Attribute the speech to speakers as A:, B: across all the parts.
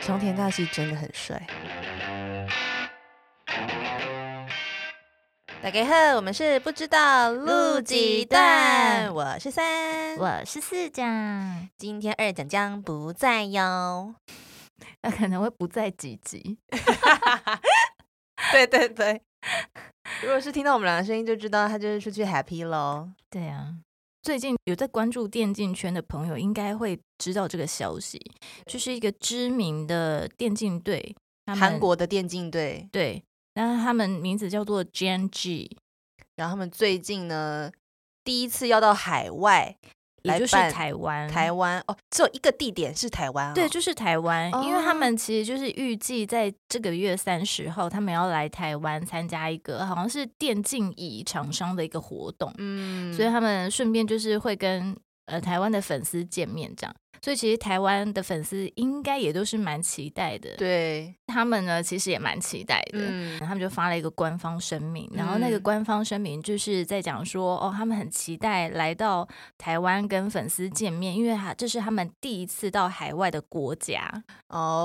A: 松田大希真的很帅。大家好，我们是不知道录几段，我是三，
B: 我是四讲，
A: 今天二讲将不在哟。
B: 那可能会不在几集。
A: 对对对，如果是听到我们俩的声音，就知道他就是出去 happy 喽。
B: 对啊，最近有在关注电竞圈的朋友应该会知道这个消息，就是一个知名的电竞队，他们
A: 韩国的电竞队，
B: 对，然后他们名字叫做 GNG，
A: 然后他们最近呢，第一次要到海外，来
B: 也就是
A: 办
B: 台湾，
A: 台湾哦，只有一个地点是台湾、哦，
B: 对，就是台湾，因为
A: 哦
B: 他们其实就是预计在这个月三十号，他们要来台湾参加一个好像是电竞椅厂商的一个活动，
A: 嗯，
B: 所以他们顺便就是会跟呃台湾的粉丝见面这样。所以其实台湾的粉丝应该也都是蛮期待的，
A: 对，
B: 他们呢其实也蛮期待的。
A: 嗯
B: 他们就发了一个官方声明，然后那个
A: 嗯
B: 官方声明就是在讲说，哦，他们很期待来到台湾跟粉丝见面，因为他这是他们第一次到海外的国家。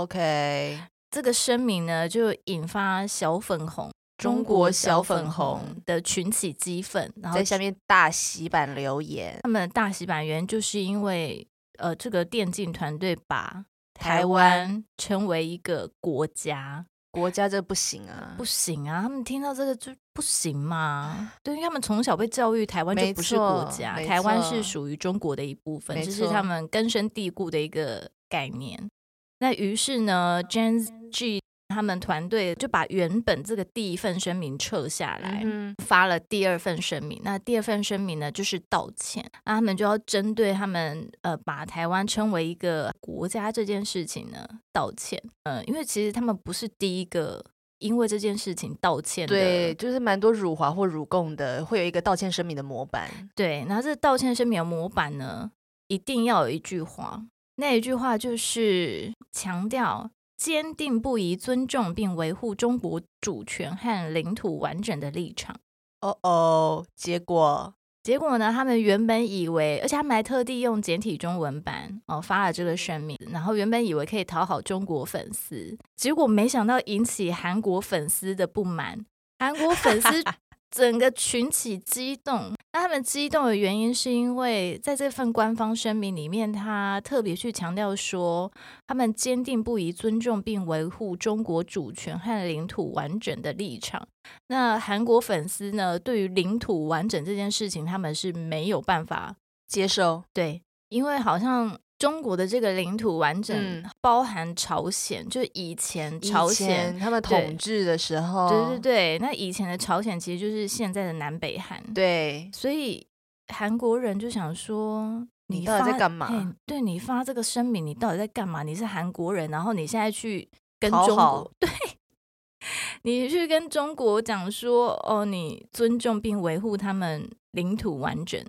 A: ，OK，
B: 这个声明呢，就引发小粉红、
A: 中国小粉红
B: 的群起激愤，然后
A: 在下面大洗版留言，
B: 他们的大洗版原因就是因为呃，这个电竞团队把
A: 台湾
B: 台湾称为一个国家，
A: 国家这不行啊，
B: 不行啊！他们听到这个就不行嘛，对，因为他们从小被教育台湾就
A: 没
B: 不是国
A: 错
B: 家，
A: 没
B: 台湾
A: 错
B: 是属于中国的一部分，
A: 没
B: 这是他
A: 错
B: 们根深蒂固的一个概念。那于是呢，Gen G 他们团队就把原本这个第一份声明撤下来，
A: 嗯哼，
B: 发了第二份声明。那第二份声明呢，就是道歉。那他们就要针对他们呃把台湾称为一个国家这件事情呢道歉。呃，因为其实他们不是第一个因为这件事情道歉的。
A: 对，就是蛮多辱华或辱共的，会有一个道歉声明的模板，
B: 对，然后这道歉声明的模板呢，一定要有一句话，那一句话就是强调。坚定不移尊重并维护中国主权和领土完整的立场。
A: 哦哦，结果
B: 结果呢，他们原本以为，而且他们还特地用简体中文版哦发了这个声明，然后原本以为可以讨好中国粉丝，结果没想到引起韩国粉丝的不满，韩国粉丝整个群起激动。那他们激动的原因是因为在这份官方声明里面，他特别去强调说，他们坚定不移尊重并维护中国主权和领土完整的立场。那韩国粉丝呢，对于领土完整这件事情，他们是没有办法
A: 接受，
B: 对，因为好像中国的这个领土完整、
A: 嗯
B: 包含朝鲜，就以前
A: 以
B: 朝
A: 前哦
B: 鲜，
A: 他们
B: 对
A: 统治的时候，
B: 对对对，那以前的朝鲜其实就是现在的南北韩，，
A: 对
B: 所以韩国人就想说。
A: 你
B: 你
A: 到底在
B: 发
A: 干嘛
B: 嘿对你发这个声明，你到底在干嘛？你是韩国人，然后你现在去跟
A: 讨
B: 中
A: 好
B: 国 你去跟中国讲说，哦，你尊重并维护他们领土完整，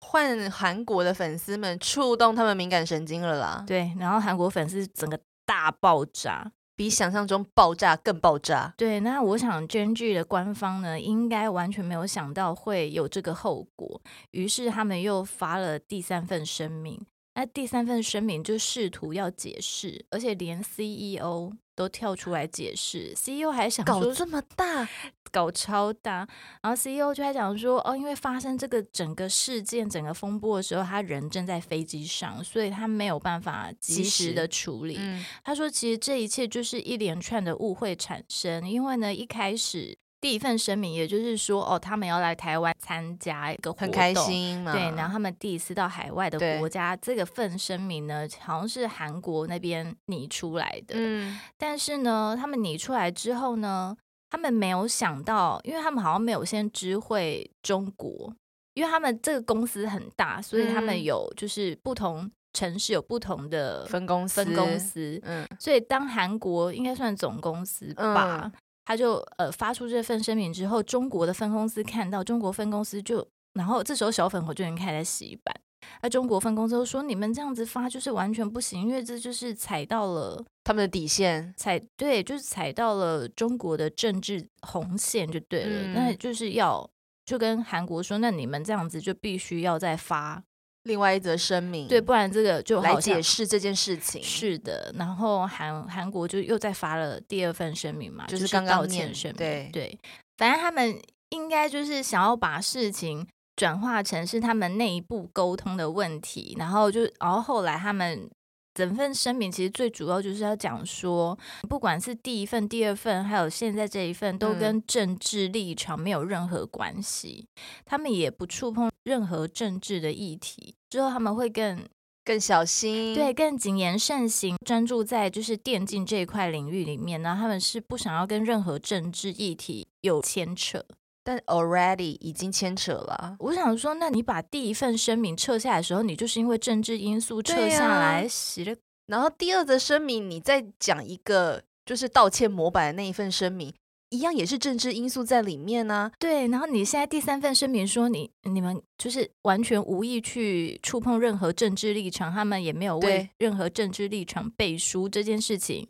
A: 换韩国的粉丝们触动他们敏感神经了啦，
B: 对，然后韩国粉丝整个大爆炸，
A: 比想象中爆炸更爆炸。
B: 对，那我想 GenG 的官方呢，应该完全没有想到会有这个后果，于是他们又发了第三份声明，那第三份声明就试图要解释，而且连 CEO 都跳出来解释，CEO 还想
A: 搞
B: 说
A: 这么大，
B: 搞超大，然后 CEO 就在讲说，哦，因为发生这个整个事件、整个风波的时候，他人正在飞机上，所以他没有办法及
A: 及
B: 时
A: 时
B: 的处理。
A: 嗯，
B: 他说，其实这一切就是一连串的误会产生，因为呢，一开始第一份声明，也就是说，哦，他们要来台湾参加一个活动，
A: 很开心嘛。
B: 对，然后他们第一次到海外的
A: 对
B: 国家，这个份声明呢，好像是韩国那边拟出来的。
A: 嗯，
B: 但是呢，他们拟出来之后呢，他们没有想到，因为他们好像没有先知会中国，因为他们这个公司很大，所以他们
A: 嗯
B: 有就是不同城市有不同的
A: 分公司，
B: 分公，司，
A: 嗯，
B: 所以当韩国应该算总公司吧。
A: 嗯
B: 他就呃发出这份声明之后，中国的分公司看到，中国分公司就，然后这时候小粉红就已经开始在洗版，那中国分公司就说你们这样子发就是完全不行，因为这就是踩到了
A: 他们的底线，
B: 踩对，就是踩到了中国的政治红线就对了，
A: 嗯
B: 那就是要就跟韩国说，那你们这样子就必须要再发
A: 另外一则声明，
B: 对，不然这个就
A: 嗯来
B: 好像
A: 解释这件事情。
B: 是的，然后韩韩国就又再发了第二份声明嘛，
A: 就
B: 就是
A: 刚刚
B: 道歉
A: 念
B: 声明，
A: 对
B: 反正他们应该就是想要把事情转化成是他们内部沟通的问题，然后就然后后来他们。整份声明其实最主要就是要讲说，不管是第一份、第二份，还有现在这一份，都
A: 嗯
B: 跟政治立场没有任何关系。他们也不触碰任何政治的议题。之后他们会更
A: 更小心，
B: 对，，更谨言慎行，专注在就是电竞这一块领域里面，然后他们是不想要跟任何政治议题有牵扯。
A: 但 already 已经牵扯了。
B: 我想说，那你把第一份声明撤下来的时候，你就是因为政治因素撤
A: 对啊
B: 下来，洗了
A: 然后第二则声明，你再讲一个就是道歉模板的那一份声明，一样也是政治因素在里面啊呢、
B: 对，然后你现在第三份声明说你你们就是完全无意去触碰任何政治立场，他们也没有为
A: 对
B: 任何政治立场背书这件事情。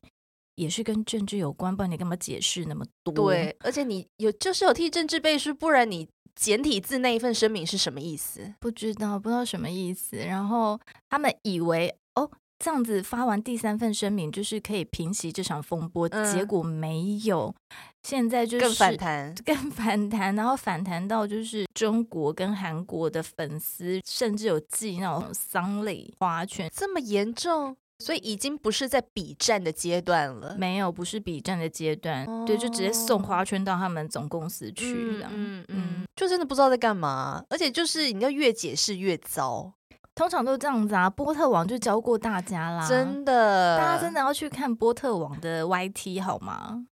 B: 也是跟政治有关，不然你干嘛解释那么多？
A: 对，而且你有就是有替政治背书，不然你简体字那一份声明是什么意思？
B: 不知道，不知道什么意思。然后他们以为哦，这样子发完第三份声明就是可以平息这场风波，
A: 嗯
B: 结果没有。现在就是
A: 更反，弹，
B: 更反弹，然后反弹到就是中国跟韩国的粉丝，甚至有寄那种丧礼花圈。
A: 这么严重，所以已经不是在比战的阶段了。
B: 没有，不是比战的阶段，对，就直接送花圈到他们总公司去
A: 哦嗯
B: 了。
A: 嗯
B: 嗯
A: 嗯，就真的不知道在干嘛，而且就是你要越解释越糟，
B: 通常都这样子啊，波特王就教过大家啦，
A: 真的，
B: 大家真的要去看波特网的 YT 好吗？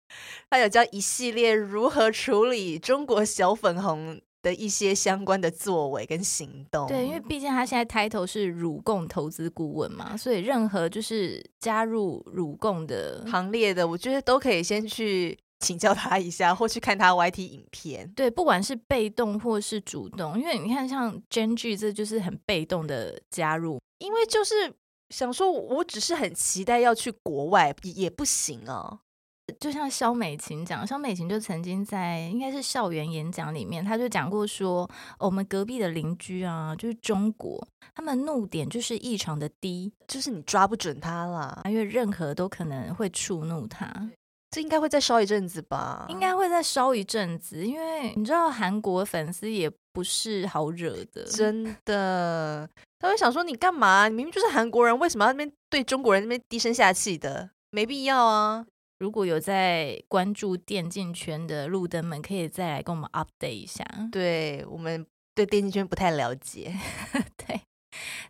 A: 他有教一系列如何处理中国小粉红的一些相关的作为跟行动。
B: 对，因为毕竟他现在 title 是乳共投资顾问嘛，所以任何就是加入乳共的，
A: 行列的，我觉得都可以先去请教他一下，或去看他 YT 影片。
B: 对，不管是被动或是主动，因为你看像 Gen G 这就是很被动的加入，
A: 因为就是想说，我只是很期待要去国外，也也不行啊。
B: 就像肖美琴讲，肖美琴就曾经在应该是校园演讲里面，她就讲过说、哦我们隔壁的邻居啊，就是中国，他们怒点就是异常的低，
A: 就是你抓不准他啦，
B: 因为任何都可能会触怒他。
A: 这应该会再烧一阵子吧？
B: 应该会再烧一阵子，因为你知道韩国粉丝也不是好惹的，
A: 真的，他会想说你干嘛？你明明就是韩国人，为什么要那边对中国人那边低声下气的？没必要啊。
B: 如果有在关注电竞圈的路灯们，可以再来跟我们 update 一下。
A: 对我们对电竞圈不太了解，
B: 对，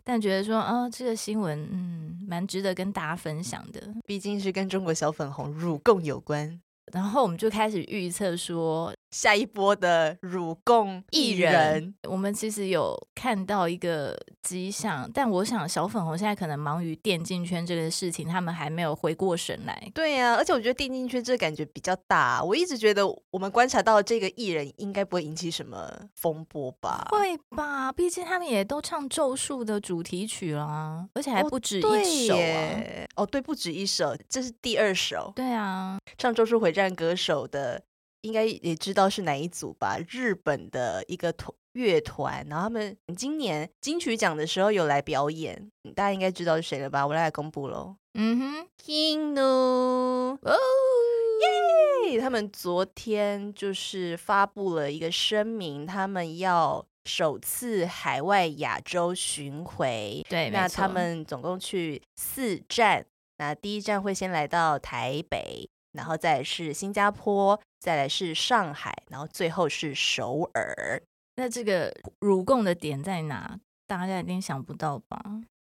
B: 但觉得说，哦，这个新闻，嗯，蛮值得跟大家分享的。
A: 毕竟是跟中国小粉红辱共有关。
B: 然后我们就开始预测说，
A: 下一波的辱共艺人，
B: 我们其实有看到一个迹象，但我想小粉红现在可能忙于电竞圈这个事情，他们还没有回过神来。
A: 对呀、而且我觉得电竞圈这个感觉比较大。我一直觉得我们观察到这个艺人应该不会引起什么风波吧？
B: 会吧？毕竟他们也都唱《咒术》的主题曲啦，而且还
A: 哦
B: 不止
A: 对
B: 一首啊。
A: 耶，哦对，不止一首，这是第二首。
B: 对啊，
A: 唱《咒术回战》歌手的，应该也知道是哪一组吧？日本的一个团乐团，然后他们今年金曲奖的时候有来表演，嗯大家应该知道是谁了吧？我来公布喽
B: 嗯哼，
A: ，Kinu。
B: 哦，
A: 嘿他们昨天就是发布了一个声明，他们要首次海外亚洲巡回，
B: 对，
A: 那
B: 哎没错
A: 他们总共去四站，那第一站会先来到台北，然后再来是新加坡，再来是上海，然后最后是首尔。
B: 那这个乳共的点在哪？大家一定想不到吧？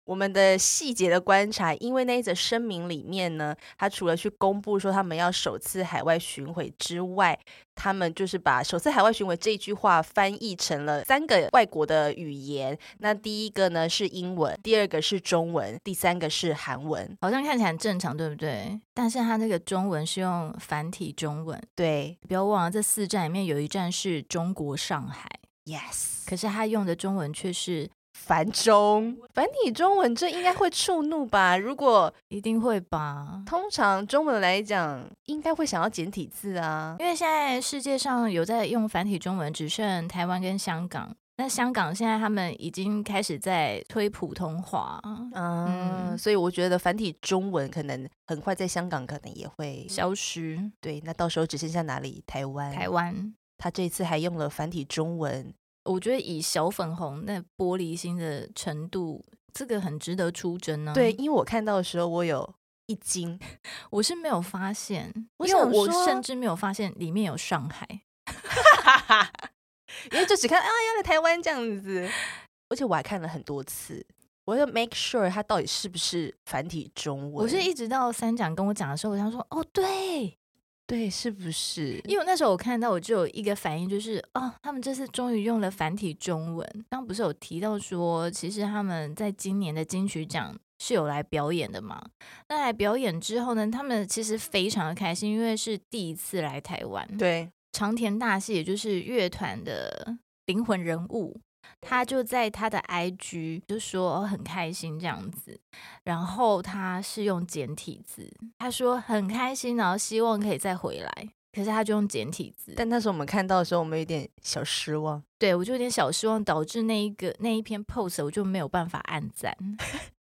A: 我们的细节的观察，因为那一则声明里面呢，他除了去公布说他们要首次海外巡回之外，他们就是把首次海外巡回这一句话翻译成了三个外国的语言。那第一个呢是英文，第二个是中文，第三个是韩文。
B: 好像看起来很正常，对不对？但是它那个中文是用繁体中文，
A: 对
B: 不要忘了这四站里面有一站是中国上海，
A: ，yes。
B: 可是他用的中文却是
A: 繁中繁体中文这应该会触怒吧？如果
B: 一定会吧？
A: 通常中文来讲，应该会想要简体字啊。
B: 因为现在世界上有在用繁体中文，只剩台湾跟香港。那香港现在他们已经开始在推普通话，
A: 嗯，所以我觉得繁体中文可能很快在香港可能也会
B: 消失
A: 对，那到时候只剩下哪里？台湾。
B: 台湾。
A: 他这次还用了繁体中文，
B: 我觉得以小粉红那玻璃心的程度，这个很值得出征啊呢、
A: 对，，因为我看到的时候我有一惊，
B: 我是没有发现，
A: 我
B: 因为
A: 想
B: 我
A: 说
B: 甚至没有发现里面有上海。
A: 因为就只看啊，原来台湾这样子，而且我还看了很多次，我要 make sure 它到底是不是繁体中文。
B: 我是一直到三讲跟我讲的时候，我想说，哦，对，
A: 对，是不是？
B: 因为我那时候我看到，我就有一个反应，就是哦，他们这次终于用了繁体中文。刚刚不是有提到说，其实他们在今年的金曲奖是有来表演的嘛？那来表演之后呢，他们其实非常的开心，因为是第一次来台湾。，
A: 对，
B: 长田大戏也就是乐团的灵魂人物，他就在他的 IG 就说、哦、很开心这样子，然后他是用简体字，他说很开心，然后希望可以再回来。可是他就用简体字，
A: 但那时候我们看到的时候，我们有点小失望。
B: 对我就有点小失望，导致那一个那一篇 post 我就没有办法按赞，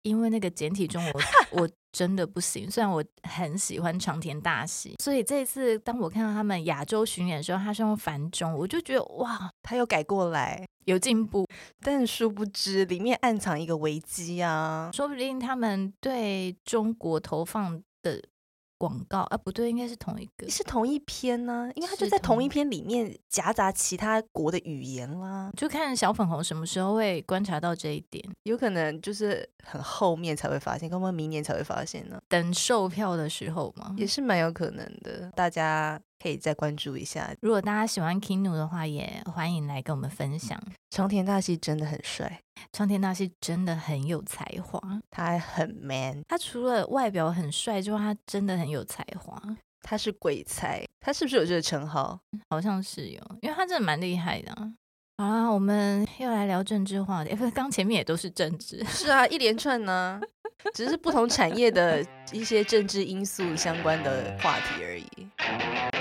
B: 因为那个简体中文我我真的不行。虽然我很喜欢长田大喜，所以这一次当我看到他们亚洲巡演的时候，他是用繁中，我就觉得哇，
A: 他又改过来，
B: 有进步，
A: 但殊不知里面暗藏一个危机啊！
B: 说不定他们对中国投放的广告啊，不对，应该是同一个。
A: 是同一篇呢、因为它就是在同
B: 同
A: 一
B: 一
A: 篇里面夹杂其他国的语言啦，
B: 就看小粉红什么时候会观察到这一点，
A: 有可能就是很后面才会发现，根本明年才会发现呢、
B: 等售票的时候嘛。
A: 也是蛮有可能的，大家可以再关注一下。
B: 如果大家喜欢 Kinu 的话，也欢迎来跟我们分享。
A: 长田大希真的很帅，
B: 长田大希真的很有才华，
A: 他还很 man，
B: 他除了外表很帅之外，他真的很有才华，
A: 他是鬼才，他是不是有这个称号？
B: 好像是有，因为他真的蛮厉害的啊、好啦，我们又来聊政治话题，诶哎不是，刚前面也都是政治。
A: 是啊，一连串呢、只是不同产业的一些政治因素相关的话题而已。